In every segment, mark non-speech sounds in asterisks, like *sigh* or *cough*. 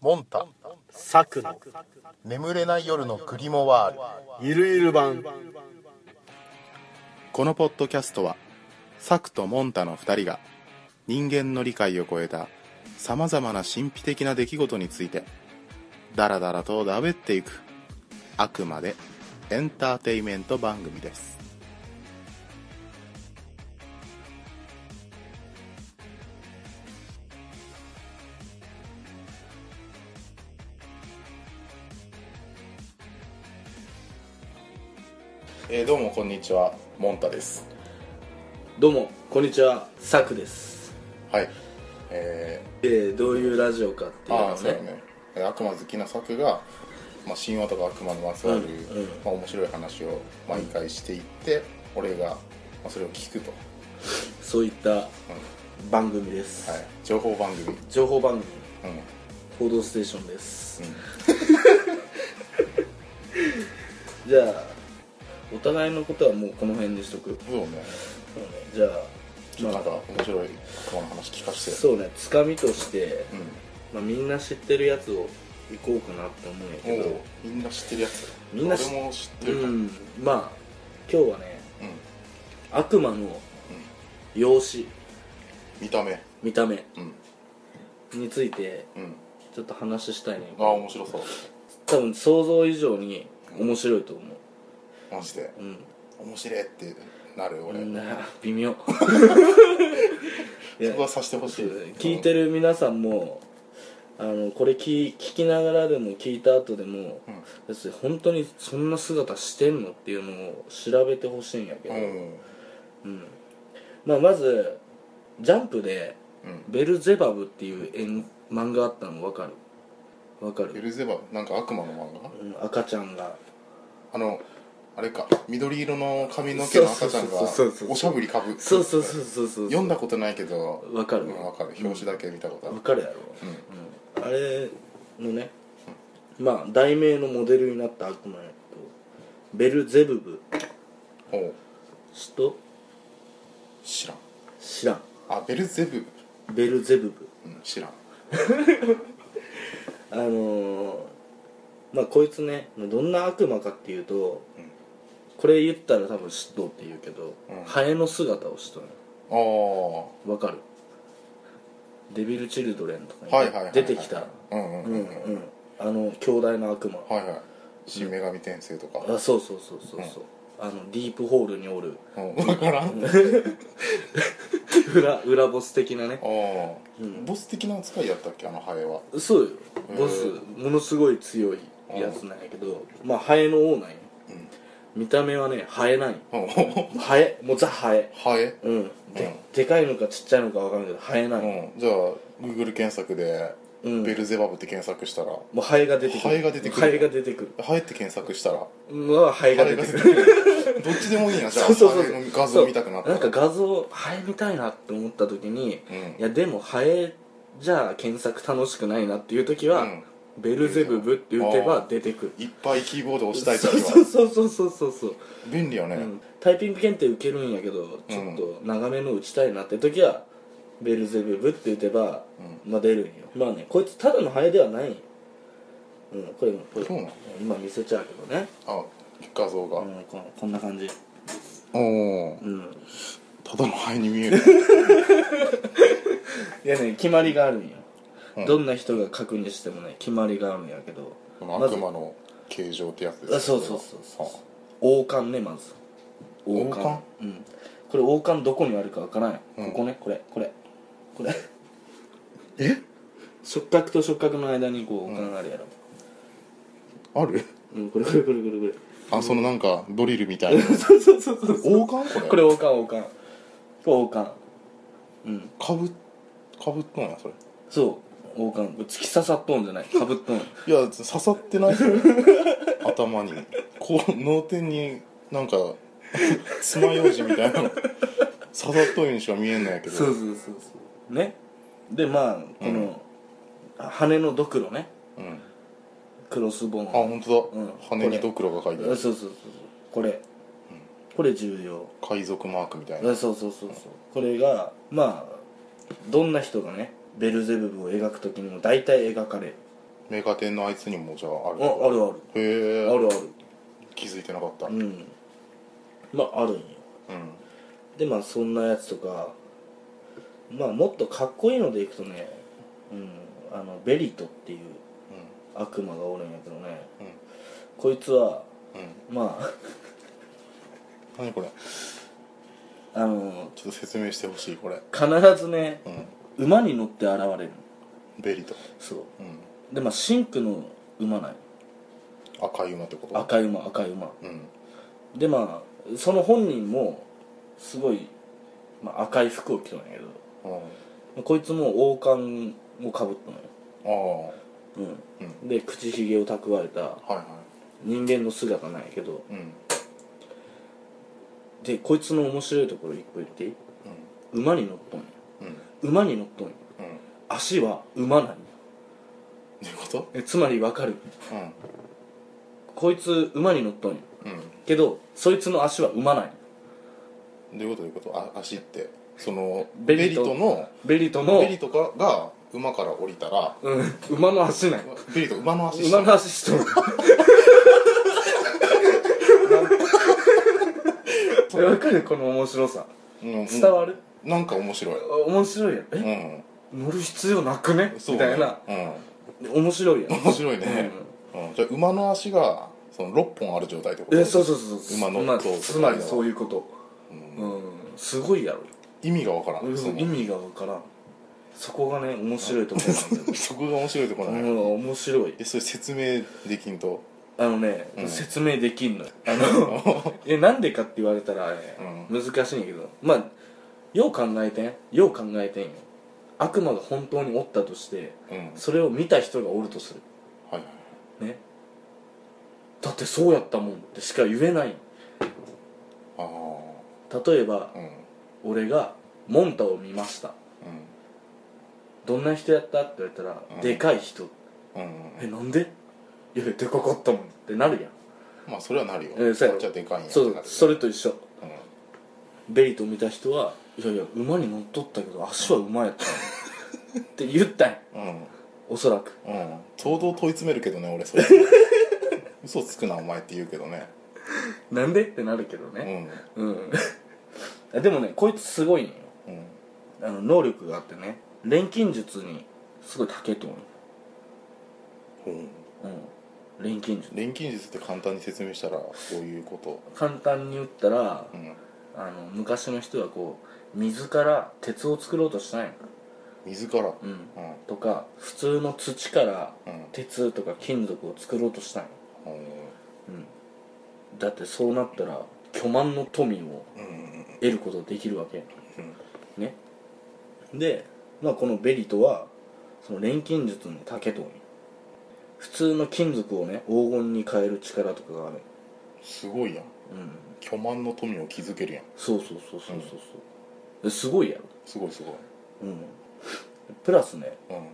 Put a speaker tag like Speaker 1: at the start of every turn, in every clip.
Speaker 1: モンタ
Speaker 2: サクの
Speaker 1: 眠れない夜のクリモワール
Speaker 2: ゆるゆる版
Speaker 3: このポッドキャストはサクとモンタの2人が人間の理解を超えたさまざまな神秘的な出来事についてダラダラとだべっていくあくまでエンターテイメント番組ですえーどうもこんにちはモンタです
Speaker 2: どうもこんにちはサクです
Speaker 3: はいえ
Speaker 2: えー、どういうラジオかって
Speaker 3: ー、
Speaker 2: いう
Speaker 3: ああ
Speaker 2: の
Speaker 3: そうだ
Speaker 2: ね
Speaker 3: ねえー悪魔好きな作が、まあ、神話とか悪魔にまつわる、
Speaker 2: うんうん
Speaker 3: まあ、面白い話を毎回していって、俺が、まあ、それを聞くと、
Speaker 2: そういった
Speaker 3: う
Speaker 2: 番組です、
Speaker 3: んはい、情報番組、うん
Speaker 2: 情報番組「報道ステーション」です、じゃあお互いのことはもうこの辺にしとく、うん
Speaker 3: そうね
Speaker 2: じゃあ
Speaker 3: ちょっとなんか面白い雲の話聞かせて
Speaker 2: そうねつかみとして、
Speaker 3: う、
Speaker 2: まあ、みんな知ってるやつを行こうかなって思うんや
Speaker 3: ん、
Speaker 2: け
Speaker 3: おう
Speaker 2: ど
Speaker 3: みんな知ってるやつ
Speaker 2: みんな知
Speaker 3: 俺も知って
Speaker 2: う
Speaker 3: るかも、うん
Speaker 2: んまあ今日はね悪魔の容姿
Speaker 3: 見た目
Speaker 2: 見た目
Speaker 3: うん
Speaker 2: について
Speaker 3: うん
Speaker 2: ちょっと話したいね
Speaker 3: ああ面白そう
Speaker 2: 多分想像以上に面白いと思
Speaker 3: マジで
Speaker 2: ううん
Speaker 3: 面白いってなる俺、
Speaker 2: な *laughs* 微妙い
Speaker 3: そ
Speaker 2: や
Speaker 3: こはさせてほしい
Speaker 2: 聞いてる皆さんもあのこれ聞聞きながらでも聞いた後でも、
Speaker 3: うん
Speaker 2: 別に本当にそんな姿してんのっていうのを調べてほしいんやけ
Speaker 3: う
Speaker 2: ど、
Speaker 3: んうん
Speaker 2: うんまあ、まずジャンプで「ベルゼバブ」っていう絵漫画あったの分かる分か
Speaker 3: ベ
Speaker 2: る、
Speaker 3: ルゼバブなんか悪魔の漫画
Speaker 2: うん、赤ちゃんが
Speaker 3: あのあれか緑色の髪の毛の赤ちゃんが
Speaker 2: そうそうそうそう
Speaker 3: おしゃぶりかぶ
Speaker 2: そうそうそうそうそう
Speaker 3: 読んだことないけど
Speaker 2: 分かる
Speaker 3: うんわかる表紙だけ見たことある
Speaker 2: 分かるやろ、うんあれのねまあ題名のモデルになった悪魔やけどベルゼブブ
Speaker 3: おう
Speaker 2: 知っと
Speaker 3: 知らん
Speaker 2: 知らん
Speaker 3: あベルゼブブ
Speaker 2: ベルゼブブ
Speaker 3: うん知らん
Speaker 2: あのー、まあこいつねどんな悪魔かっていうと、
Speaker 3: ん
Speaker 2: これ言ったら多分嫉妬って言うけど、
Speaker 3: うん
Speaker 2: ハエの姿をしとる
Speaker 3: ああ
Speaker 2: わかるデビル・チルドレンとかに
Speaker 3: はいはいはいはい
Speaker 2: 出てきた
Speaker 3: うんうん
Speaker 2: う
Speaker 3: うんう
Speaker 2: んうんんあの強大な悪魔、
Speaker 3: はいはい新女神転生とか
Speaker 2: あそうそうそうそうそう、あのディープホールにおる *laughs*
Speaker 3: うん分からんあ
Speaker 2: 裏裏ボス的なね
Speaker 3: あボス的な扱いやったっけあのハエは
Speaker 2: そうよ
Speaker 3: うん
Speaker 2: ボスものすごい強いやつなんやけどまあハエの王なんよ見た目はねハエなんよ
Speaker 3: うん
Speaker 2: ハエもうザハエ
Speaker 3: ハエ
Speaker 2: うんで,、
Speaker 3: うん
Speaker 2: でかいのかちっちゃいのかわかんないけどハエなんよ、
Speaker 3: うんじゃあ Google 検索で
Speaker 2: うん
Speaker 3: ベルゼバブって検索したら
Speaker 2: もうハエが出てく
Speaker 3: ハ
Speaker 2: る
Speaker 3: エが出てくる
Speaker 2: ハエが出てくる
Speaker 3: ハエって検索したら
Speaker 2: まあハエが出てくる *laughs*
Speaker 3: どっちでもいいなじゃあ
Speaker 2: そうそうそう
Speaker 3: ハエの画像見たくなった
Speaker 2: んか画像ハエ見たいなって思った時に、
Speaker 3: うん
Speaker 2: いやでもハエじゃあ検索楽しくないなっていう時は、
Speaker 3: うん
Speaker 2: ベルゼブブって打てば出てくる
Speaker 3: いっぱいキーボード押したい
Speaker 2: そ
Speaker 3: 時
Speaker 2: う
Speaker 3: は
Speaker 2: そうそうそうそうそう、
Speaker 3: 便利よね
Speaker 2: うんタイピング検定受けるんやけどちょっと長めの打ちたいなって時は、ベルゼブブって打てば、まあ出るんよまあねこいつただのハエではないんようんこれこれ
Speaker 3: そうなの
Speaker 2: 今見せちゃうけどね、
Speaker 3: あ画像が
Speaker 2: うん、ここんな感じ
Speaker 3: おお
Speaker 2: うん
Speaker 3: ただのハエに見
Speaker 2: *laughs*
Speaker 3: える
Speaker 2: いやね決まりがあるんよ、
Speaker 3: うん
Speaker 2: どんな人が確認してもね決まりがあるんやけど
Speaker 3: この悪魔の形状ってやつです
Speaker 2: あそうそうそうそう王冠ねまず
Speaker 3: 王冠
Speaker 2: うんこれ王冠どこにあるかわからない、
Speaker 3: うん
Speaker 2: ここねこれこれこれ *laughs*
Speaker 3: え
Speaker 2: 触覚と触覚の間にこう王冠あるやろ
Speaker 3: ある
Speaker 2: うん、これこれこれこれこ
Speaker 3: あそのなんかドリルみたいな *laughs*
Speaker 2: れそうそうそうそうそう
Speaker 3: 王冠これ
Speaker 2: これ王冠王冠これ王冠うん
Speaker 3: かぶかぶっとんやそれ
Speaker 2: そう王冠これ突き刺さっとんじゃないかぶっとん
Speaker 3: いや刺さって
Speaker 2: *laughs*
Speaker 3: ない頭にこう脳天になんか *laughs* 爪楊枝みたいなの刺さっとるようにしか見えないけど
Speaker 2: そうそうそうそうねでまあこの、羽のドクロね
Speaker 3: うん、
Speaker 2: クロスボーン
Speaker 3: あ本当だ、
Speaker 2: うん
Speaker 3: 羽にドクロが書いてあ
Speaker 2: あ
Speaker 3: る
Speaker 2: そうそうそうそうこれ、これ重要
Speaker 3: 海賊マークみたい
Speaker 2: あ
Speaker 3: な
Speaker 2: そうそうそうそうこれがまあどんな人がねベルゼブブを描く時にも大体描かれる
Speaker 3: メーカー店のあいつにもじゃああ
Speaker 2: あ
Speaker 3: る
Speaker 2: あるある
Speaker 3: へえ
Speaker 2: あるある
Speaker 3: 気づいてなかった、
Speaker 2: う
Speaker 3: うん
Speaker 2: んまああるんよでまあそんなやつとかまあもっとかっこいいのでいくとね、うん、あのベリトっていう悪魔がおるんやけどね、
Speaker 3: うん
Speaker 2: こいつは
Speaker 3: うん
Speaker 2: ま
Speaker 3: 何これ
Speaker 2: *laughs* ああの
Speaker 3: ちょっと説明してほしいこれ
Speaker 2: 必ずね
Speaker 3: うん
Speaker 2: 馬に乗って現れる
Speaker 3: ベリと、
Speaker 2: そ
Speaker 3: うん、
Speaker 2: うでまあシンクの馬ない
Speaker 3: 赤い馬ってこと
Speaker 2: 赤い馬赤い馬
Speaker 3: うん
Speaker 2: でまあその本人もすごい、まあ、赤い服を着とんやけど
Speaker 3: うん
Speaker 2: こいつも王冠をかぶったのよ
Speaker 3: ああは
Speaker 2: うん、
Speaker 3: う
Speaker 2: で口ひげを蓄えた
Speaker 3: いは
Speaker 2: 人間の姿なんやけど
Speaker 3: いうん
Speaker 2: でこいつの面白いところ一個言っていい馬に乗っとんや
Speaker 3: うんうん
Speaker 2: 馬に乗っとんや
Speaker 3: うん
Speaker 2: 足は馬なんや
Speaker 3: どういうこと
Speaker 2: えつまりわかる
Speaker 3: うん
Speaker 2: こいつ馬に乗っとんや
Speaker 3: う
Speaker 2: けどそいつの足は馬なんや
Speaker 3: んどういうことどういうことあ足ってその
Speaker 2: ベ
Speaker 3: ベ
Speaker 2: リ
Speaker 3: リ
Speaker 2: と
Speaker 3: との
Speaker 2: ベリトの
Speaker 3: ベリとかが馬から降りたら
Speaker 2: うん、馬の足なんや
Speaker 3: ベリと馬の足した
Speaker 2: 馬の足しとんやえ *laughs* わかるこの面白さ
Speaker 3: うん
Speaker 2: 伝わる
Speaker 3: うんなんか面白い
Speaker 2: あ面白いやんえ
Speaker 3: う
Speaker 2: 乗る必要なくね
Speaker 3: んそう
Speaker 2: み
Speaker 3: ね
Speaker 2: たいな
Speaker 3: う
Speaker 2: 面白いやん
Speaker 3: ん面白いねうんじゃあ馬の足がその6本ある状態ってこと
Speaker 2: えそうそうそうそう
Speaker 3: 馬の
Speaker 2: まあ
Speaker 3: 塔とか
Speaker 2: つまりそういうことうん、すごいやろ
Speaker 3: 意味がわからんその
Speaker 2: 意味がわからんそこがね面白いところなんだよ
Speaker 3: *laughs* そこが面白いところ
Speaker 2: う
Speaker 3: なんや
Speaker 2: ん面白い
Speaker 3: えそれ説明できんと
Speaker 2: あのね、
Speaker 3: うん
Speaker 2: 説明できんのよあの
Speaker 3: *laughs*
Speaker 2: えなんでかって言われたら、ね難しいんやけどまあよう考えてんよう考えてんよ悪魔が本当におったとして
Speaker 3: うんはい
Speaker 2: それを見た人がおるとす
Speaker 3: はい
Speaker 2: るねだってそうやったもんってしか言えない
Speaker 3: ああ
Speaker 2: 例えば
Speaker 3: うん
Speaker 2: 俺がモンタを見ましたどんな人やったって言われたら、
Speaker 3: うん
Speaker 2: でかい人
Speaker 3: うんうん
Speaker 2: えなんでいやでかかったもんってなるやん
Speaker 3: まあそれはなるよ
Speaker 2: うんそうやろ
Speaker 3: こっちはでかいんや
Speaker 2: そうそ
Speaker 3: れ
Speaker 2: れと一緒ベリと見た人はいやいや馬に乗っとったけど足は馬 *laughs* やったのって言ったんや
Speaker 3: うんうん
Speaker 2: おそらく
Speaker 3: うん堂々問い詰めるけどね俺
Speaker 2: *laughs*
Speaker 3: それ嘘つくなお前って言うけどね
Speaker 2: なんでってなるけど
Speaker 3: う
Speaker 2: ね
Speaker 3: ん
Speaker 2: うんでもねこいつすごいんよ
Speaker 3: うん
Speaker 2: あの能力があってね錬金術にすごい長けとんよ
Speaker 3: うん
Speaker 2: うん錬金術
Speaker 3: 錬金術って簡単に説明したらこういうこと
Speaker 2: 簡単に言ったら
Speaker 3: うん
Speaker 2: あの昔の人はこう水から鉄を作ろうとしたんや
Speaker 3: 水から
Speaker 2: う
Speaker 3: うんん
Speaker 2: とか普通の土から
Speaker 3: うん
Speaker 2: 鉄とか金属を作ろうとしたんよ
Speaker 3: うん
Speaker 2: だってそうなったら巨万の富を
Speaker 3: うん
Speaker 2: 得ることができるわけ
Speaker 3: うん
Speaker 2: ねで、まあ、このベリトはその錬金術の竹とんよ普通の金属をね黄金に変える力とかがある
Speaker 3: すごいやん
Speaker 2: うん
Speaker 3: 巨万の富を築けるやん
Speaker 2: そうそうそうそうそうそうですごいやろ
Speaker 3: すごいすごい
Speaker 2: うんプラスね
Speaker 3: うん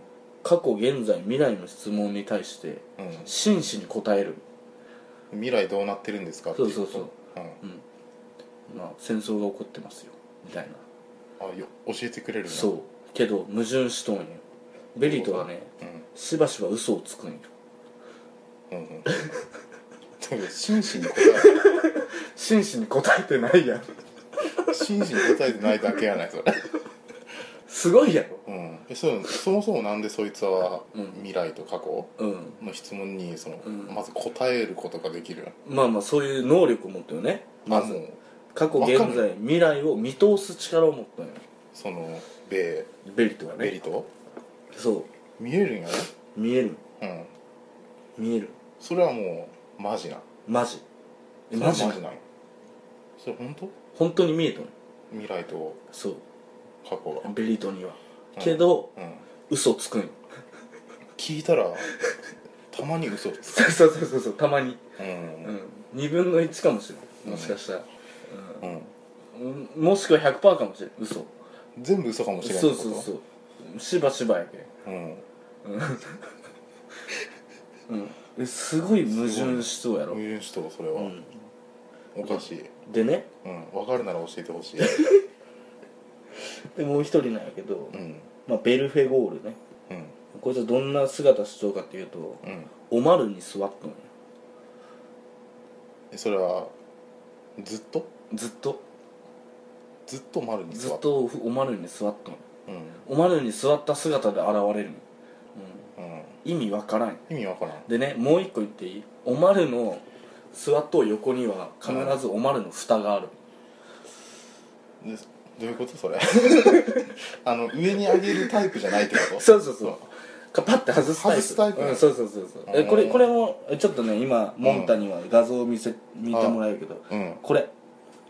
Speaker 2: 過去現在未来の質問に対して
Speaker 3: うん
Speaker 2: 真摯に答える
Speaker 3: 未来どうなってるんですかっていこと
Speaker 2: そうそう
Speaker 3: うん
Speaker 2: まあ戦争が起こってますよみたいな
Speaker 3: あよ教えてくれるな
Speaker 2: そうけど矛盾しとんよベリトはね
Speaker 3: うん
Speaker 2: しばしば嘘をつくんよ
Speaker 3: うんうん *laughs* だけど真摯に答え
Speaker 2: *laughs* 真摯に答えてないやん
Speaker 3: 真摯に答えてないだけやないそれ
Speaker 2: すごいやろ
Speaker 3: うんえそうそもそもなんでそいつは
Speaker 2: うん
Speaker 3: 未来と過去
Speaker 2: うん
Speaker 3: の質問にその、
Speaker 2: ん
Speaker 3: まず答えることができる
Speaker 2: まあまあそういう能力を持ってるねま
Speaker 3: あも
Speaker 2: ず
Speaker 3: う
Speaker 2: 過去
Speaker 3: わかる
Speaker 2: 現在未来を見通す力を持ったんよ
Speaker 3: そのベ
Speaker 2: ベリトは
Speaker 3: ベリ
Speaker 2: ね
Speaker 3: と
Speaker 2: そ
Speaker 3: 見えるんやね
Speaker 2: う見える
Speaker 3: うん
Speaker 2: 見える
Speaker 3: それはもうマジな
Speaker 2: マジえ
Speaker 3: それ
Speaker 2: マ
Speaker 3: は
Speaker 2: ジ
Speaker 3: マジなのそれ本当
Speaker 2: 本当に見えとんよ
Speaker 3: 未来と
Speaker 2: そう
Speaker 3: 過去が
Speaker 2: ベリトには
Speaker 3: うん
Speaker 2: けど
Speaker 3: うん
Speaker 2: 嘘つくんよ
Speaker 3: 聞いたらたまに嘘つ
Speaker 2: そうそうそうそうたまに
Speaker 3: くうん
Speaker 2: うん2分の1かもしれないもしかしたら
Speaker 3: うん
Speaker 2: うんもしくは100%かもしれん嘘
Speaker 3: 全部嘘かもしれない
Speaker 2: そうそうそうしばしばやけん
Speaker 3: うん
Speaker 2: えすごい矛盾しそうやろ
Speaker 3: 矛盾しとうそれは、
Speaker 2: ん
Speaker 3: おかしい、
Speaker 2: でね
Speaker 3: うん、分かるなら教えてほ
Speaker 2: *laughs*
Speaker 3: しい
Speaker 2: でもう一人なんやけど、
Speaker 3: うん
Speaker 2: まあ、ベルフェゴールね
Speaker 3: うん
Speaker 2: こいつはどんな姿しとうかっていうと、
Speaker 3: うん
Speaker 2: おまるに座っとんよ
Speaker 3: えそれはずっと
Speaker 2: ずっと
Speaker 3: ずっと丸に
Speaker 2: ず
Speaker 3: 座っ
Speaker 2: っ
Speaker 3: て
Speaker 2: とおまるに座っとんよ
Speaker 3: うん
Speaker 2: おまるに座った姿で現れるの、
Speaker 3: うん
Speaker 2: うん、意味わからんよ
Speaker 3: 意味わからん
Speaker 2: でねもう一個言っていいおまるの座っとう横には必ずおまるの蓋がある、
Speaker 3: でどういうことそれ *laughs* あの上に上げるタイプじゃないってこと
Speaker 2: そうそうそうかパッて外すタイ
Speaker 3: 外
Speaker 2: プ
Speaker 3: すタイプ
Speaker 2: うん、そうそうそうそうえこれこれもちょっとね今モンタには画像を見せ見てもらえるけど、
Speaker 3: うん
Speaker 2: これ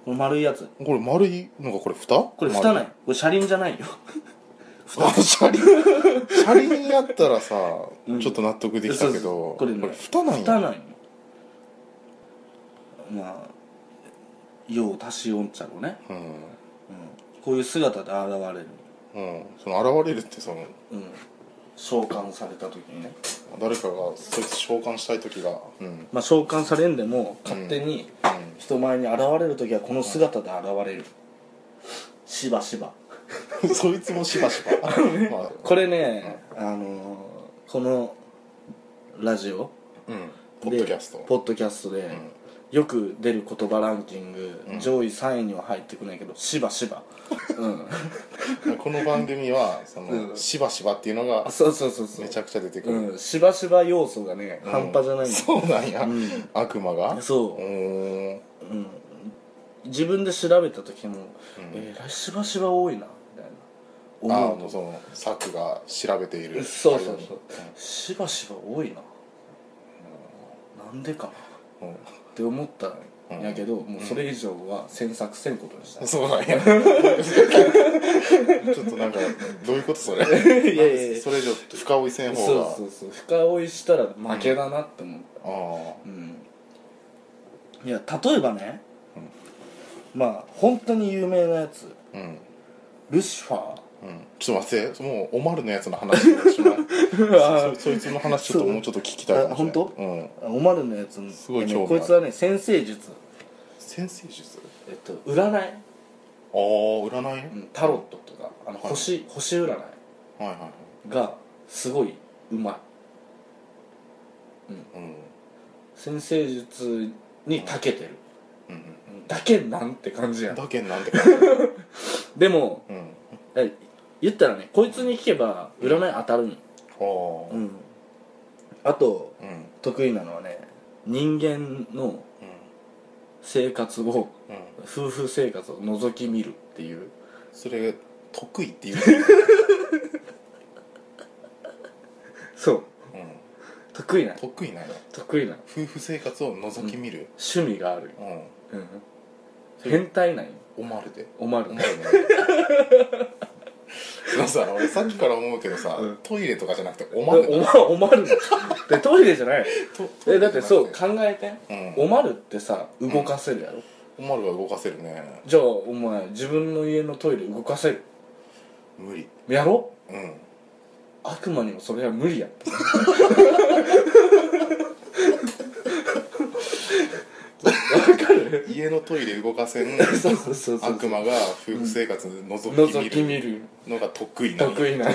Speaker 2: この丸いやつ
Speaker 3: これ丸いのがこれ蓋
Speaker 2: これ蓋
Speaker 3: 丸
Speaker 2: ないこれ車輪じゃないよ
Speaker 3: あ車輪車輪やったらさ、
Speaker 2: うん
Speaker 3: ちょっと納得できたけど
Speaker 2: そうそうそうこれね
Speaker 3: 蓋なん
Speaker 2: 蓋
Speaker 3: や
Speaker 2: ないのまあ用を足しおんちゃろうね、
Speaker 3: うん、
Speaker 2: うん、こういう姿で現れる
Speaker 3: うん、その現れるってその
Speaker 2: うん召喚された時にね
Speaker 3: 誰かがそいつ召喚したい時がうん
Speaker 2: まあ召喚されんでも勝手に人前に現れる時はこの姿で現れるしばしば
Speaker 3: うん *laughs* そいつもしばしば、まあ、
Speaker 2: これね、あのーこのラジオ
Speaker 3: うんポ
Speaker 2: で
Speaker 3: ッドキャスト
Speaker 2: ポッドキャストで、よく出る言葉ランキング、上位3位には入ってくないけどしば
Speaker 3: *laughs*
Speaker 2: しばうん
Speaker 3: この番組はその、
Speaker 2: うん
Speaker 3: しばしばっていうのが
Speaker 2: あそうそうそうそう
Speaker 3: めちゃくちゃ出てくる、
Speaker 2: うん、しばしば要素がね、半端じゃないんだ
Speaker 3: そうなんや、悪魔が
Speaker 2: そう
Speaker 3: うーん
Speaker 2: 自分で調べた時も、えらいしばしば多いなみたいな
Speaker 3: あ
Speaker 2: 思う
Speaker 3: のその作が調べている
Speaker 2: そうそうそうしばしば多いな、なんでかな
Speaker 3: うんうん
Speaker 2: って思ったんやけど、もうそれ以上は詮索せんことにした、
Speaker 3: そう *laughs* なんやちょっとなんかどういうことそれ
Speaker 2: いやいや
Speaker 3: それ以上深追いせん方
Speaker 2: そう
Speaker 3: が
Speaker 2: そうそう深追いしたら負けだなって思った、
Speaker 3: あ
Speaker 2: うんいや例えばね、まあ本当に有名なやつ
Speaker 3: あうん
Speaker 2: ルシファー
Speaker 3: うんちょっと待ってもうおまるのやつの話を
Speaker 2: *laughs*
Speaker 3: しまいそそいつの話ちょっともうちょっと聞きたいかもしれない
Speaker 2: あ本当
Speaker 3: うん
Speaker 2: オマルのやつの
Speaker 3: すごい興味あ
Speaker 2: ね
Speaker 3: る
Speaker 2: こいつはね先生術
Speaker 3: 先生術
Speaker 2: えっと占い、
Speaker 3: ああ占い、
Speaker 2: うん、タロットとかあの星、星占い
Speaker 3: はいはいはい
Speaker 2: がすごいうまい
Speaker 3: うん
Speaker 2: 先生術に長けてる、
Speaker 3: うん
Speaker 2: だけなんって感じやん
Speaker 3: だけんなんて感じ
Speaker 2: でも
Speaker 3: うん
Speaker 2: え言ったらねこいつに聞けば占い当たるん
Speaker 3: ああ
Speaker 2: うんあと
Speaker 3: うんうん
Speaker 2: 得意なのはね人間の生活を
Speaker 3: うん
Speaker 2: 夫婦生活を覗き見るっていう
Speaker 3: それ得意っていう
Speaker 2: そう
Speaker 3: うん
Speaker 2: 得意な
Speaker 3: 得意なんや
Speaker 2: 得意な
Speaker 3: 夫婦生活を覗き見る
Speaker 2: 趣味がある、
Speaker 3: うん、
Speaker 2: うん、変態なんよ
Speaker 3: おまるで
Speaker 2: おま
Speaker 3: お
Speaker 2: る
Speaker 3: まるね *laughs* でもさ俺さっきから思うけどさ、
Speaker 2: うん
Speaker 3: トイレとかじゃなくてお
Speaker 2: お
Speaker 3: まるだ
Speaker 2: まおまるのでトイレじゃない
Speaker 3: と
Speaker 2: えだってそう
Speaker 3: ト
Speaker 2: 考えて、
Speaker 3: うん
Speaker 2: おまるってさ動かせるやろ、
Speaker 3: イレじゃなくておまるは動かせるね
Speaker 2: じゃあお前自分の家のトイレ動かせる
Speaker 3: 無理
Speaker 2: やろ
Speaker 3: うん
Speaker 2: 悪魔にもそれは無理やったわかる
Speaker 3: 家のトイレ動かせん
Speaker 2: *laughs* そうそうそうそう
Speaker 3: 悪魔が夫婦生活覗き
Speaker 2: 覗
Speaker 3: 見
Speaker 2: き見
Speaker 3: る
Speaker 2: る
Speaker 3: のが得意な
Speaker 2: 得意な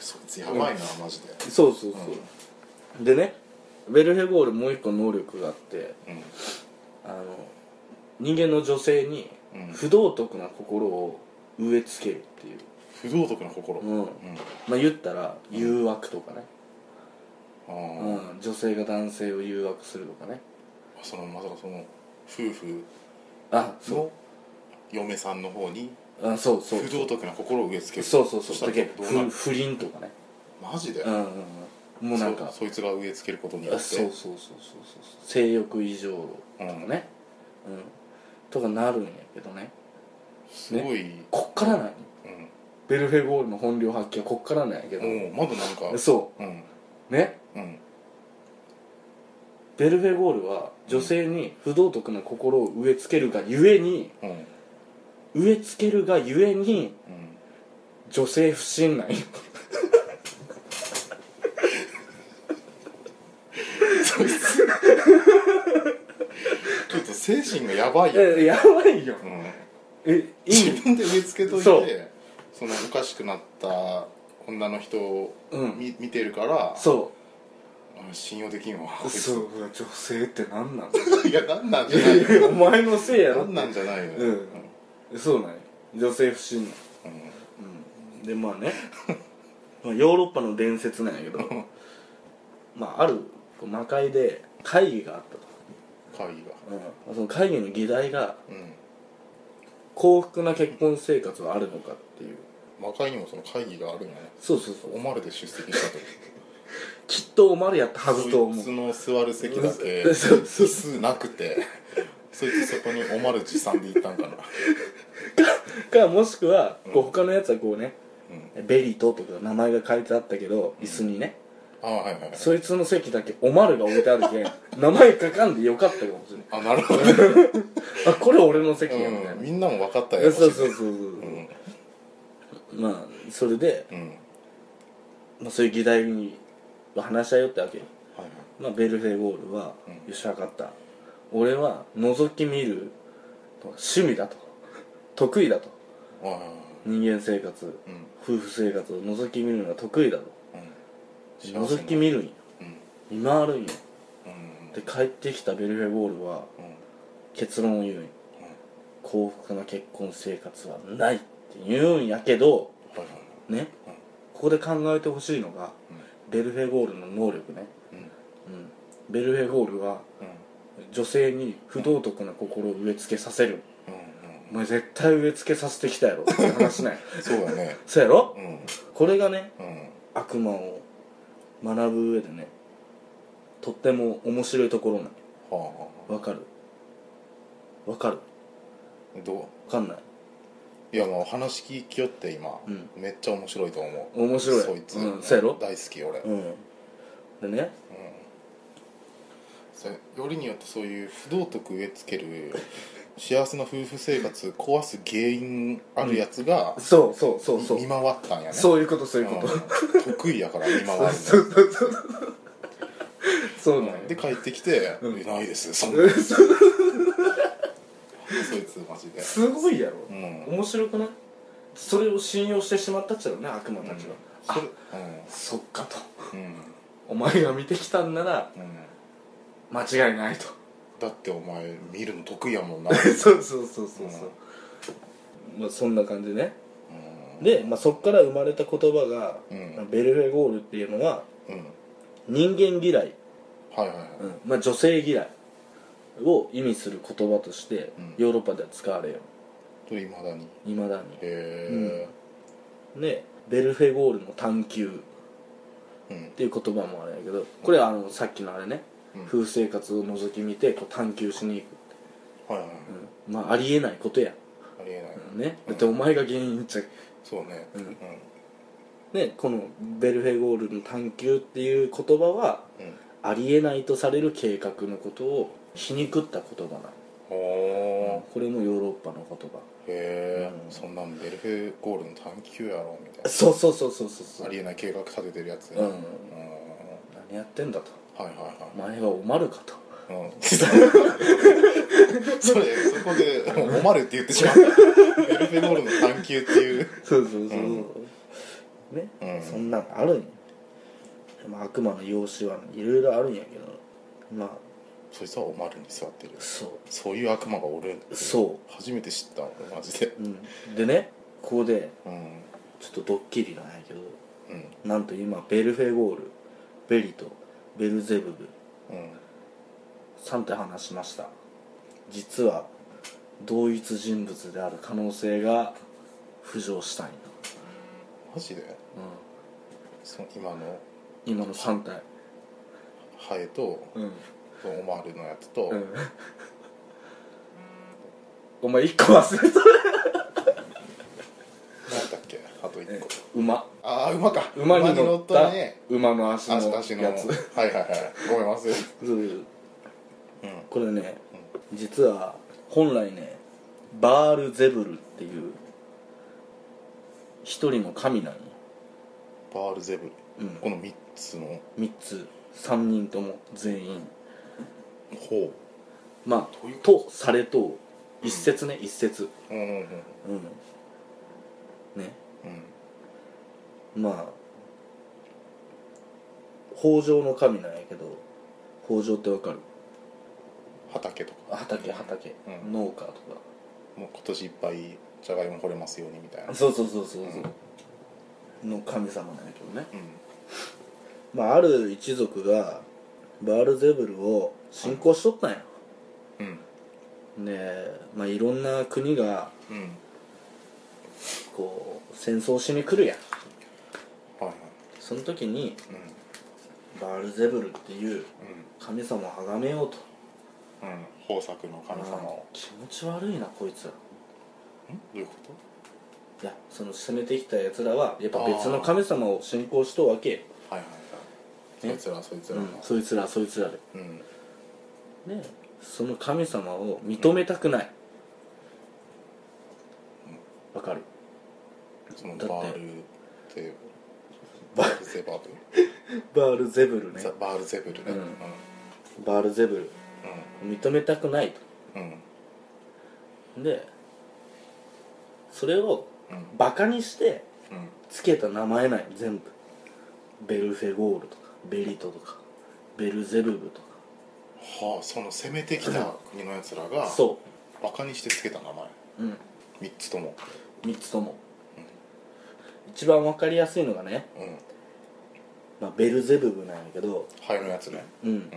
Speaker 3: そいつやばいなマジで
Speaker 2: そうそうそう、でねベルヘゴールもう一個能力があって
Speaker 3: うん
Speaker 2: あの人間の女性に
Speaker 3: うん
Speaker 2: 不道徳な心を植え付けるっていう、
Speaker 3: 不道徳な心
Speaker 2: うん
Speaker 3: うん
Speaker 2: まあ言ったら誘惑とかね、
Speaker 3: あ
Speaker 2: う
Speaker 3: ー
Speaker 2: ん女性が男性を誘惑するとかね
Speaker 3: そのまさかその夫婦
Speaker 2: あ
Speaker 3: の嫁さんの方に
Speaker 2: うあそうそう
Speaker 3: 不道徳な心を植え付ける
Speaker 2: そうそうそう
Speaker 3: した
Speaker 2: だ
Speaker 3: ら
Speaker 2: け
Speaker 3: どうな
Speaker 2: 不
Speaker 3: る
Speaker 2: 不倫とかね
Speaker 3: マジで
Speaker 2: うんうんうんもうなんか
Speaker 3: そそいつが植え付けることによ
Speaker 2: あ
Speaker 3: って
Speaker 2: そうそうそうそうそう性欲異常とかねうん、とかなるんやけどね
Speaker 3: すごい、
Speaker 2: こっからなんよ
Speaker 3: うん
Speaker 2: ベルフェゴールの本領発揮はこっからなんやけど、
Speaker 3: おうまだなんか
Speaker 2: そ
Speaker 3: うん
Speaker 2: うね
Speaker 3: うん
Speaker 2: ベルフェゴールは女性に不道徳な心を植え付けるがゆえに *laughs*
Speaker 3: うん
Speaker 2: 植え付けるがゆえに
Speaker 3: うん
Speaker 2: 女性不信なんよ
Speaker 3: ちょっと精神がやばいよ、
Speaker 2: えやばいよ
Speaker 3: うん、
Speaker 2: えいい
Speaker 3: 自分で植え付けといてそ
Speaker 2: そ
Speaker 3: のおかしくなった女の人を
Speaker 2: うん
Speaker 3: 見,、見てるから
Speaker 2: そ
Speaker 3: あ信用できんわこ
Speaker 2: う
Speaker 3: いつ
Speaker 2: そう女性って何なん
Speaker 3: *laughs* いやなんなんじゃない
Speaker 2: いやお前のせいやろ
Speaker 3: なんなんじゃないのよ、
Speaker 2: うんそうなんよ女性不信な
Speaker 3: うん
Speaker 2: うんでまあね *laughs* まあヨーロッパの伝説なんやけどまああるこう魔界で会議があったと、
Speaker 3: 会議が
Speaker 2: うん、その会議の議題が
Speaker 3: うん
Speaker 2: 幸福な結婚生活はあるのかっていう
Speaker 3: 魔界にもその会議があるんやね
Speaker 2: そうそうそ
Speaker 3: お
Speaker 2: う
Speaker 3: まるで出席したと
Speaker 2: きっとおまるやったはずと
Speaker 3: そ
Speaker 2: 思
Speaker 3: いうつの座る席だけ
Speaker 2: うん *laughs* そうそう
Speaker 3: 椅子なくてそいつそこにおまる持参で行ったんかな
Speaker 2: かもしくはこう
Speaker 3: うん
Speaker 2: 他のやつはこうね、ベリトとか名前が書いてあったけど椅子にね、
Speaker 3: ああはいはいはい
Speaker 2: そいつの席だけおまるが置いてあるけん
Speaker 3: *laughs*
Speaker 2: 名前書かんでよかったかもしれない
Speaker 3: あなるほ
Speaker 2: *laughs*
Speaker 3: ど、ね
Speaker 2: あこれ俺の席やみたいな、
Speaker 3: うん、みんなも分かった
Speaker 2: え
Speaker 3: よ
Speaker 2: そうそうそうそう、
Speaker 3: ん
Speaker 2: まあそれで、
Speaker 3: うんはい
Speaker 2: まあ、そういう議題に話し合いよってわけよ、
Speaker 3: はい
Speaker 2: まあ、ベルフェゴールは
Speaker 3: うん
Speaker 2: 「よし分かった俺は覗き見るのが趣味だと得意だと
Speaker 3: ああ
Speaker 2: 人間生活
Speaker 3: うんうん
Speaker 2: 夫婦生活を覗き見るのが得意だと覗き見るんよ
Speaker 3: うん
Speaker 2: 見回るんよ
Speaker 3: うん
Speaker 2: で帰ってきたベルフェゴールは
Speaker 3: うん
Speaker 2: 結論を言うんよ幸福な結婚生活はないって言うんやけど
Speaker 3: はいはい
Speaker 2: ね、ここで考えてほしいのが、ベルフェゴールの能力ね、
Speaker 3: うん
Speaker 2: うん、ベルフェゴールは女性に不道徳な心を植え付けさせる、
Speaker 3: うんうん
Speaker 2: お前絶対植え付けさせてきたやろって話ね *laughs*
Speaker 3: うんそうだね
Speaker 2: そうやろ
Speaker 3: うん
Speaker 2: これがね
Speaker 3: うん
Speaker 2: 悪魔を学ぶ上でねとっても面白いところなの
Speaker 3: は
Speaker 2: わかるわかる
Speaker 3: あど
Speaker 2: わかんないう
Speaker 3: いやもう話聞きよって今、
Speaker 2: うん
Speaker 3: めっちゃ面白いと思う
Speaker 2: 面白い
Speaker 3: そいつ、
Speaker 2: うんそうやろ
Speaker 3: 大好き俺、
Speaker 2: うんでね
Speaker 3: それよりによってそういう不道徳植え付ける *laughs* 幸せな夫婦生活壊す原因あるやつが、
Speaker 2: そうそうそうそう
Speaker 3: 見回ったんやね
Speaker 2: そういうことそういうこと、
Speaker 3: うん得意やから見回るの
Speaker 2: *laughs* そうそうそうそうそうなんよ
Speaker 3: で帰ってきて「
Speaker 2: うん
Speaker 3: えないですそんな
Speaker 2: えそう
Speaker 3: そいつマジで」
Speaker 2: *laughs* すごいやろ、
Speaker 3: うん
Speaker 2: 面白くないそれを信用してしまったっちゃろうね悪魔たちは、
Speaker 3: それ
Speaker 2: あそっかと
Speaker 3: うんうん
Speaker 2: お前が見てきたんなら
Speaker 3: うん
Speaker 2: 間違いないと
Speaker 3: だってお前見るの得意やもんな
Speaker 2: *laughs* そうそうそうそうそう、まあそんな感じね
Speaker 3: うん
Speaker 2: で、まあ、そっから生まれた言葉が、
Speaker 3: うん
Speaker 2: ベルフェゴールっていうのは
Speaker 3: うん
Speaker 2: 人間嫌い、
Speaker 3: はいはいはい
Speaker 2: うんまあ、女性嫌いを意味する言葉として、
Speaker 3: うん
Speaker 2: ヨーロッパでは使われよ
Speaker 3: といまだに
Speaker 2: いまだに
Speaker 3: へ
Speaker 2: でベルフェゴールの探求っ
Speaker 3: えうん
Speaker 2: ていう言葉もあれやけどこれはあのさっきのあれね、
Speaker 3: うん
Speaker 2: 夫婦生活を覗き見てこう探求しに行く、
Speaker 3: はいはいはい
Speaker 2: うん、まあありえないことや、
Speaker 3: ありえない
Speaker 2: うんね、だってお前が原因っちゃ
Speaker 3: そうね
Speaker 2: うん
Speaker 3: うん
Speaker 2: ねこのベルフェゴールの探求っていう言葉は
Speaker 3: うん
Speaker 2: ありえないとされる計画のことを皮肉った言葉な
Speaker 3: ほ
Speaker 2: のこれもヨーロッパの言
Speaker 3: ーへえ
Speaker 2: うん
Speaker 3: そんなんベルフェゴールの探求やろみたい
Speaker 2: 葉そうそうそうそうそうそ
Speaker 3: なあ
Speaker 2: う
Speaker 3: りえない計画立ててるやつ
Speaker 2: うん
Speaker 3: うん
Speaker 2: 何やってんだと
Speaker 3: はいはいはい
Speaker 2: お前はおまるかと
Speaker 3: うん *laughs* それそこで「もうおまる」って言ってしまったベルフェゴールの探求っていう
Speaker 2: そうそうそう、
Speaker 3: うん
Speaker 2: ね、
Speaker 3: うん
Speaker 2: そんなのあるんよまあ悪魔の容姿はいろいろあるんやけどまあ
Speaker 3: そいつはおまるに座ってる
Speaker 2: そ
Speaker 3: そういう悪魔がおる
Speaker 2: うそ
Speaker 3: 初めて知った俺マジで
Speaker 2: う、うん、でねここで
Speaker 3: うん
Speaker 2: ちょっとドッキリなんやけど
Speaker 3: うん
Speaker 2: なんと今ベルフェゴールベリとベルゼブブ
Speaker 3: うん
Speaker 2: 3体話しました実は同一人物である可能性が浮上したんや、
Speaker 3: マジで
Speaker 2: う
Speaker 3: その今の
Speaker 2: ん、今の3体
Speaker 3: ハエと
Speaker 2: うん
Speaker 3: そのオマールのやつと、
Speaker 2: うんお前一個忘れた
Speaker 3: 何だっけあと1個、
Speaker 2: 馬
Speaker 3: ああ馬か
Speaker 2: 馬に乗っ
Speaker 3: 馬
Speaker 2: た
Speaker 3: にね
Speaker 2: 馬の足の
Speaker 3: 足足の
Speaker 2: や
Speaker 3: *laughs*
Speaker 2: つ
Speaker 3: はいはいはいごめん忘れた
Speaker 2: そう
Speaker 3: うん
Speaker 2: これね実は本来ねバールゼブルっていう一人の神なの
Speaker 3: バールゼブル、
Speaker 2: うん
Speaker 3: この3つの
Speaker 2: 3つ3人とも全員
Speaker 3: ほ
Speaker 2: まあ
Speaker 3: どういうこと
Speaker 2: とされと一説ね一説
Speaker 3: ううんうん
Speaker 2: うんね
Speaker 3: うん
Speaker 2: まあ北条の神なんやけど北条ってわかる
Speaker 3: 畑とか
Speaker 2: 畑畑、
Speaker 3: うん
Speaker 2: 農家と
Speaker 3: もう今年いっぱいじゃがいも掘れますようにみたいな
Speaker 2: かそうそうそうそうそう、の神様なんやけどね
Speaker 3: うん
Speaker 2: まあある一族がバールゼブルを信仰しとったんや、
Speaker 3: うん
Speaker 2: ねえまあいろんな国が
Speaker 3: うん
Speaker 2: こう戦争しに来るやん
Speaker 3: はいはい
Speaker 2: その時に
Speaker 3: うん
Speaker 2: バールゼブルっていう
Speaker 3: うん
Speaker 2: 神様を崇めようと
Speaker 3: うん豊作の神様を
Speaker 2: 気持ち悪いなこいつら
Speaker 3: んどういうこと
Speaker 2: いやその攻めてきたやつらはやっぱ別の神様を信仰しとうわけよ
Speaker 3: はいはいはいそいつらそいつら
Speaker 2: う
Speaker 3: の
Speaker 2: んそいつらはそいつらで
Speaker 3: うん
Speaker 2: ねその神様を認めたくないわ、かる
Speaker 3: その
Speaker 2: だって
Speaker 3: バールってバールゼバブ
Speaker 2: バールゼブルね
Speaker 3: ザバールゼブルね
Speaker 2: う
Speaker 3: うんん
Speaker 2: バールゼブルを認めたくない
Speaker 3: うんうん
Speaker 2: とでそれを
Speaker 3: うん
Speaker 2: バカにして
Speaker 3: うん
Speaker 2: つけた名前ない全部ベルフェゴールとかベリトとかベルゼブブと
Speaker 3: はあその攻めてきた国のやつらが
Speaker 2: かそ
Speaker 3: バカにしてつけた名前
Speaker 2: う、うん、
Speaker 3: 3つとも
Speaker 2: 3つとも、一番わかりやすいのがね、
Speaker 3: うん
Speaker 2: まあ、ベルゼブブなんやけど、
Speaker 3: ハエのやつね
Speaker 2: うん
Speaker 3: うん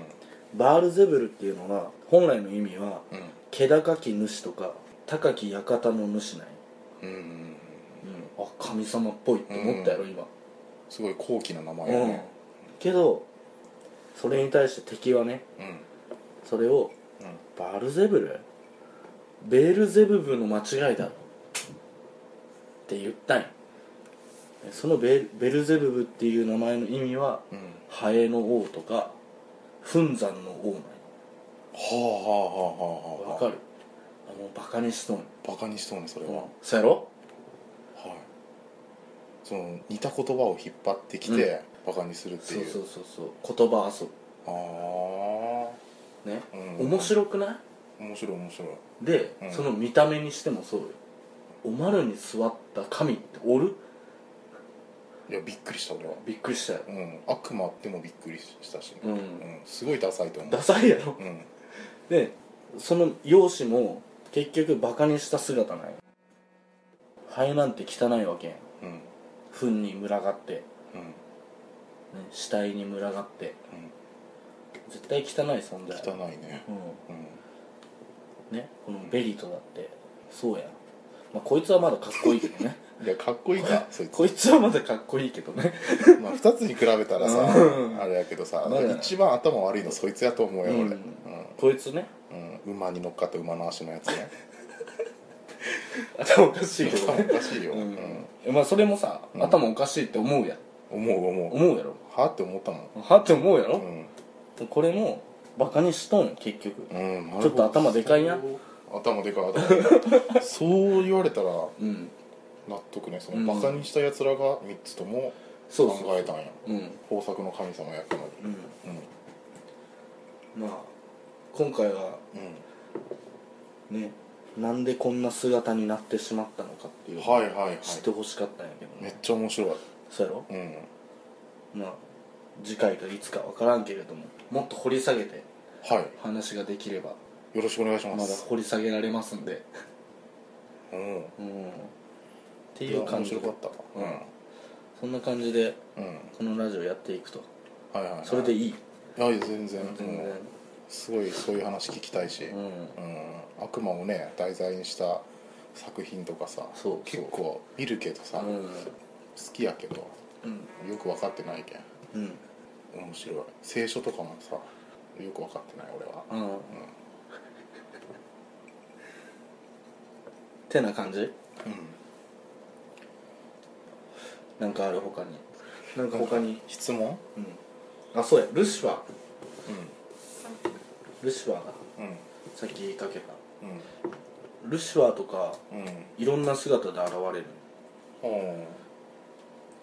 Speaker 2: バールゼブルっていうのは本来の意味は
Speaker 3: うん
Speaker 2: 気高き主とか高き館の主なんや、
Speaker 3: うんうんうん
Speaker 2: うん、あ神様っぽいって思ったやろ
Speaker 3: うん
Speaker 2: 今、
Speaker 3: すごい高貴な名前
Speaker 2: う
Speaker 3: や
Speaker 2: ん
Speaker 3: ね
Speaker 2: けどそれに対して敵はね
Speaker 3: うん
Speaker 2: それを
Speaker 3: うん
Speaker 2: バルゼブルベールゼブブの間違いだろって言ったんよそのベルベルゼブブっていう名前の意味は
Speaker 3: うん
Speaker 2: ハエの王とか墳山の王
Speaker 3: はあはあはあ
Speaker 2: なん
Speaker 3: はあ
Speaker 2: よわ
Speaker 3: はあ
Speaker 2: かるあのバカにしそうに
Speaker 3: バカにしそうねそれは、はい
Speaker 2: そうやろ
Speaker 3: その似た言葉を引っ張ってきて、バカにするって
Speaker 2: そう
Speaker 3: いう
Speaker 2: そうそうそう言葉遊
Speaker 3: あ
Speaker 2: びね、
Speaker 3: うん
Speaker 2: 面白くない
Speaker 3: あ面白い面白い
Speaker 2: で、
Speaker 3: うん
Speaker 2: その見た目にしてもそうよおまるに座った神っておる
Speaker 3: いやびっくりした俺は
Speaker 2: びっくりしたよ
Speaker 3: うん悪魔ってもびっくりしたし、
Speaker 2: うん
Speaker 3: すごいダサいと思う
Speaker 2: ダサいやろ
Speaker 3: うん
Speaker 2: でその容姿も結局バカにした姿ないハエなんて汚いわけやん
Speaker 3: うん
Speaker 2: 糞に群がって、ね、
Speaker 3: うん
Speaker 2: 死体に群がって
Speaker 3: うん
Speaker 2: 絶対汚い存在
Speaker 3: 汚いね
Speaker 2: う
Speaker 3: うん
Speaker 2: んねこのベリトだってそうやん、まあ、こいつはまだかっこいいけ
Speaker 3: *laughs*
Speaker 2: どね
Speaker 3: いやかっこいいなそいつ
Speaker 2: こいつはまだかっこいいけどね
Speaker 3: まあ2つに比べたらさ
Speaker 2: うん
Speaker 3: あれやけどさ
Speaker 2: まだ
Speaker 3: 一番頭悪いのそいつやと思うよ俺
Speaker 2: う
Speaker 3: うんん
Speaker 2: こいつね
Speaker 3: うん馬に乗っかって馬の足のやつね
Speaker 2: 頭おかしいけど
Speaker 3: お
Speaker 2: ね
Speaker 3: かしいよ
Speaker 2: う
Speaker 3: うん
Speaker 2: んまあそれもさ、
Speaker 3: うん
Speaker 2: 頭おかしいって思うやん
Speaker 3: 思う思う
Speaker 2: 思うやろ
Speaker 3: はって思ったもん
Speaker 2: はって思うや
Speaker 3: う
Speaker 2: ろ、
Speaker 3: ん
Speaker 2: これもバカにしとんよ結局
Speaker 3: うんなるほど
Speaker 2: ちょっと頭でかいな
Speaker 3: 頭でかい頭でかいそう言われたら
Speaker 2: うん
Speaker 3: 納得ねそのバカにしたやつらが3つとも
Speaker 2: そう
Speaker 3: 考
Speaker 2: そう
Speaker 3: えたんや
Speaker 2: うん
Speaker 3: 豊作の神様やったのに
Speaker 2: うん
Speaker 3: うん
Speaker 2: まあ今回は
Speaker 3: う
Speaker 2: ねなんでこんな姿になってしまったのかってい
Speaker 3: ん
Speaker 2: うのを
Speaker 3: はいはいはい
Speaker 2: 知ってほしかったんやけどね、
Speaker 3: めっちゃ面白い
Speaker 2: そうやろ
Speaker 3: うん
Speaker 2: まあ次回かいつか分からんけれどももっと掘り下げて
Speaker 3: は
Speaker 2: 話ができれば
Speaker 3: いよろしくお願いし
Speaker 2: ま
Speaker 3: ま
Speaker 2: だ
Speaker 3: す
Speaker 2: 掘り下げられますんで
Speaker 3: うんっ
Speaker 2: うんって
Speaker 3: て
Speaker 2: いう感
Speaker 3: 面
Speaker 2: じ
Speaker 3: 白
Speaker 2: で
Speaker 3: かったうん
Speaker 2: そんな感じで
Speaker 3: うん
Speaker 2: このラジオやっていくと
Speaker 3: はいはいはい
Speaker 2: それで
Speaker 3: い
Speaker 2: いい
Speaker 3: やいや全然
Speaker 2: 全然
Speaker 3: うんすごいそういう話聞きたいし
Speaker 2: うん、
Speaker 3: うん悪魔をね題材にした作品とかさ
Speaker 2: そうそう
Speaker 3: 結構見るけどさ
Speaker 2: うん
Speaker 3: 好きやけど
Speaker 2: うん
Speaker 3: よく分かってないけん
Speaker 2: うん
Speaker 3: 面白い聖書とかもさよく分かってない俺は
Speaker 2: うんてな感じ
Speaker 3: うん
Speaker 2: なんかある他になんか他に
Speaker 3: 質問
Speaker 2: あそうやルシファー
Speaker 3: う
Speaker 2: ルシファーが
Speaker 3: んうん
Speaker 2: さっき言いかけた
Speaker 3: うん
Speaker 2: ルシファーとか
Speaker 3: うん
Speaker 2: いろんな姿で現れる
Speaker 3: ほ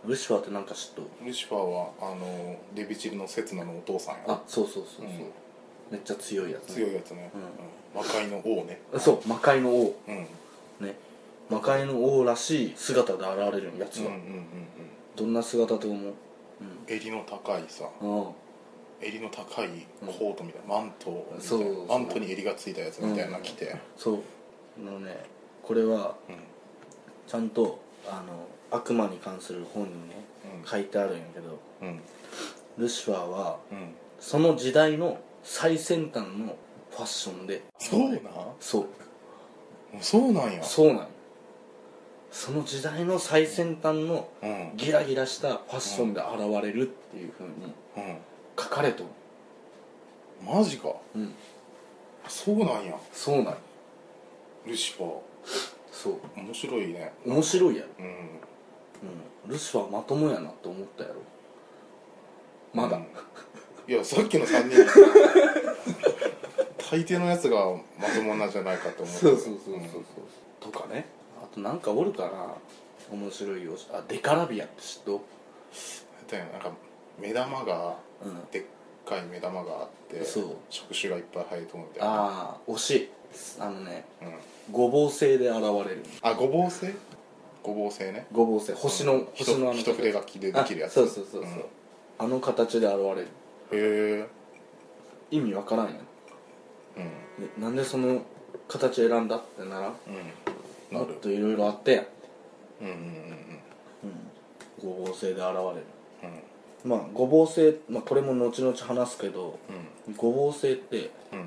Speaker 2: ルシファーってなんか知っとる
Speaker 3: うルシファーはあのデビチルのセツナのお父さんや
Speaker 2: あそうそうそうそう、
Speaker 3: うん
Speaker 2: めっちゃ強いやつ、ね、
Speaker 3: 強いやつね、うん魔界の王ね
Speaker 2: そう魔界の王
Speaker 3: うん
Speaker 2: ね魔界の王らしい姿で現れるんやつ
Speaker 3: うんうん
Speaker 2: は、
Speaker 3: うん
Speaker 2: どんな姿と思う
Speaker 3: 襟の高いさ
Speaker 2: うんあ
Speaker 3: 襟の高いコートみたいなマントみた
Speaker 2: そ
Speaker 3: いうな
Speaker 2: そう
Speaker 3: マントに襟がついたやつみたいなの着て、
Speaker 2: あそうあのねこれは
Speaker 3: うん
Speaker 2: ちゃんとあの悪魔に関する本にね
Speaker 3: うん
Speaker 2: 書いてあるんやけど
Speaker 3: うん
Speaker 2: ルシファーは
Speaker 3: うん、
Speaker 2: その時代の最先端のファッションで
Speaker 3: そうなん
Speaker 2: そう
Speaker 3: そうなんや
Speaker 2: そうなのその時代の最先端の
Speaker 3: うんうん
Speaker 2: ギラギラしたファッションで現れるっていうふうに書かれとる
Speaker 3: マジか
Speaker 2: うん
Speaker 3: そうなんや
Speaker 2: そうなの
Speaker 3: ルシファ
Speaker 2: そう
Speaker 3: ー面白いね
Speaker 2: 面白いやろ、
Speaker 3: うん
Speaker 2: うん、ルシファーまともやなと思ったやろまだ、
Speaker 3: うんいやさっきの3人大抵のやつがまともなんじゃないかと思って
Speaker 2: そうそうそうそう
Speaker 3: うん
Speaker 2: そうとかねあとなんかおるかな面白いよあデカラビアって知っ
Speaker 3: あ
Speaker 2: と
Speaker 3: とやなんか目玉が
Speaker 2: うん
Speaker 3: でっかい目玉があって
Speaker 2: そう
Speaker 3: 触手がいっぱい生えとるみたいなあ,、
Speaker 2: ああ惜しいあのね
Speaker 3: うん、
Speaker 2: ごぼう星で現れる
Speaker 3: あごぼう星ごぼう星ね
Speaker 2: ごぼう星星の、
Speaker 3: うん
Speaker 2: 星のあの
Speaker 3: 一筆書きでできるやつ
Speaker 2: あそうそうそうそう、あの形で現れる
Speaker 3: へえ
Speaker 2: 意味わからんやんね
Speaker 3: うん
Speaker 2: なんでその形選んだってなら
Speaker 3: うん
Speaker 2: も
Speaker 3: な
Speaker 2: っ
Speaker 3: る
Speaker 2: といろいろあってやん
Speaker 3: うんうんうん
Speaker 2: ごぼう星で現れる
Speaker 3: うんうん
Speaker 2: まあごぼう星、まあ、これも後々話すけどごぼう星って
Speaker 3: うんうん
Speaker 2: あ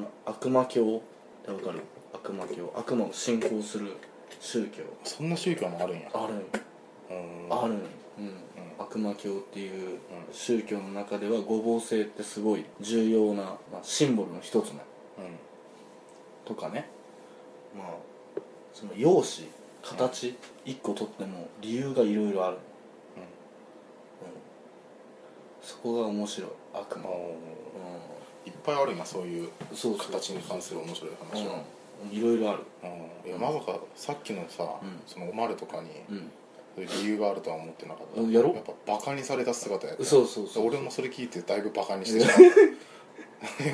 Speaker 2: の悪魔教ってわかる悪魔教悪魔を信仰する宗教
Speaker 3: そんな宗教もあるんや
Speaker 2: あるんよ
Speaker 3: うん
Speaker 2: あるんよ、うん悪魔教っていう宗教の中ではごぼう星ってすごい重要な、まあ、シンボルの一つなの
Speaker 3: うん
Speaker 2: とかねまあその容姿形一個とっても理由がいろいろある、うんそこが面白い悪魔、
Speaker 3: あ
Speaker 2: う、
Speaker 3: ーいっぱいあるんやそういうん
Speaker 2: そうそう
Speaker 3: 形に関する面白い話は、
Speaker 2: いろいろある
Speaker 3: うんいやまさかさっきのさ、
Speaker 2: ん
Speaker 3: そのおまるとかに、
Speaker 2: うん
Speaker 3: そういう理由があるとは思ってなかった
Speaker 2: うんやろ
Speaker 3: っぱバカにされた姿やった
Speaker 2: そうそうそう
Speaker 3: 俺もそれ聞いてだいぶバカに
Speaker 2: *laughs*
Speaker 3: してた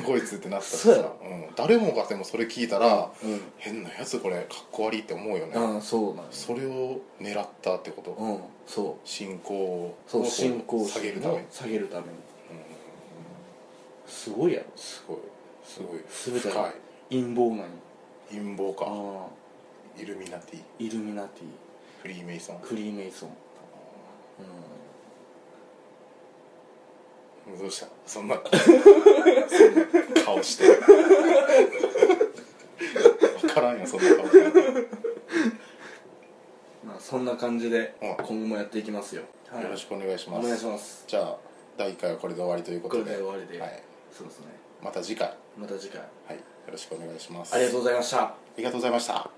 Speaker 3: こいつってなったし
Speaker 2: そうや
Speaker 3: さ
Speaker 2: ろ、
Speaker 3: うん、誰もがでもそれ聞いたら、
Speaker 2: うん
Speaker 3: 変なやつこれかっこ悪いって思うよね、
Speaker 2: ああそうなんよ
Speaker 3: それを狙ったってこと、
Speaker 2: うんそう
Speaker 3: 信仰を
Speaker 2: そう信仰
Speaker 3: 下げる
Speaker 2: 心
Speaker 3: ため
Speaker 2: を
Speaker 3: に
Speaker 2: 下げるためにすごいやろ
Speaker 3: すごいすごい
Speaker 2: 全て
Speaker 3: 深
Speaker 2: が陰謀なのに
Speaker 3: い陰謀
Speaker 2: あ
Speaker 3: か
Speaker 2: あ
Speaker 3: イルミナティ
Speaker 2: イルミナティ
Speaker 3: フリーメイ
Speaker 2: *laughs*
Speaker 3: ソン
Speaker 2: フリーメイソン
Speaker 3: どうしたそんなそんな顔
Speaker 2: *laughs*
Speaker 3: して分からんよそんな顔して
Speaker 2: うんまあそんな感じで
Speaker 3: うん
Speaker 2: 今後もやっていきますよはい
Speaker 3: よろしくお願いし
Speaker 2: お
Speaker 3: ます
Speaker 2: 願いします
Speaker 3: じゃあ第1回はこれで終わりというこ
Speaker 2: ことれ
Speaker 3: で
Speaker 2: で終わりで
Speaker 3: はい、
Speaker 2: そうですね
Speaker 3: また次回、は
Speaker 2: また次回
Speaker 3: い、よろしくお願いします
Speaker 2: ありがとうございました
Speaker 3: ありがとうございました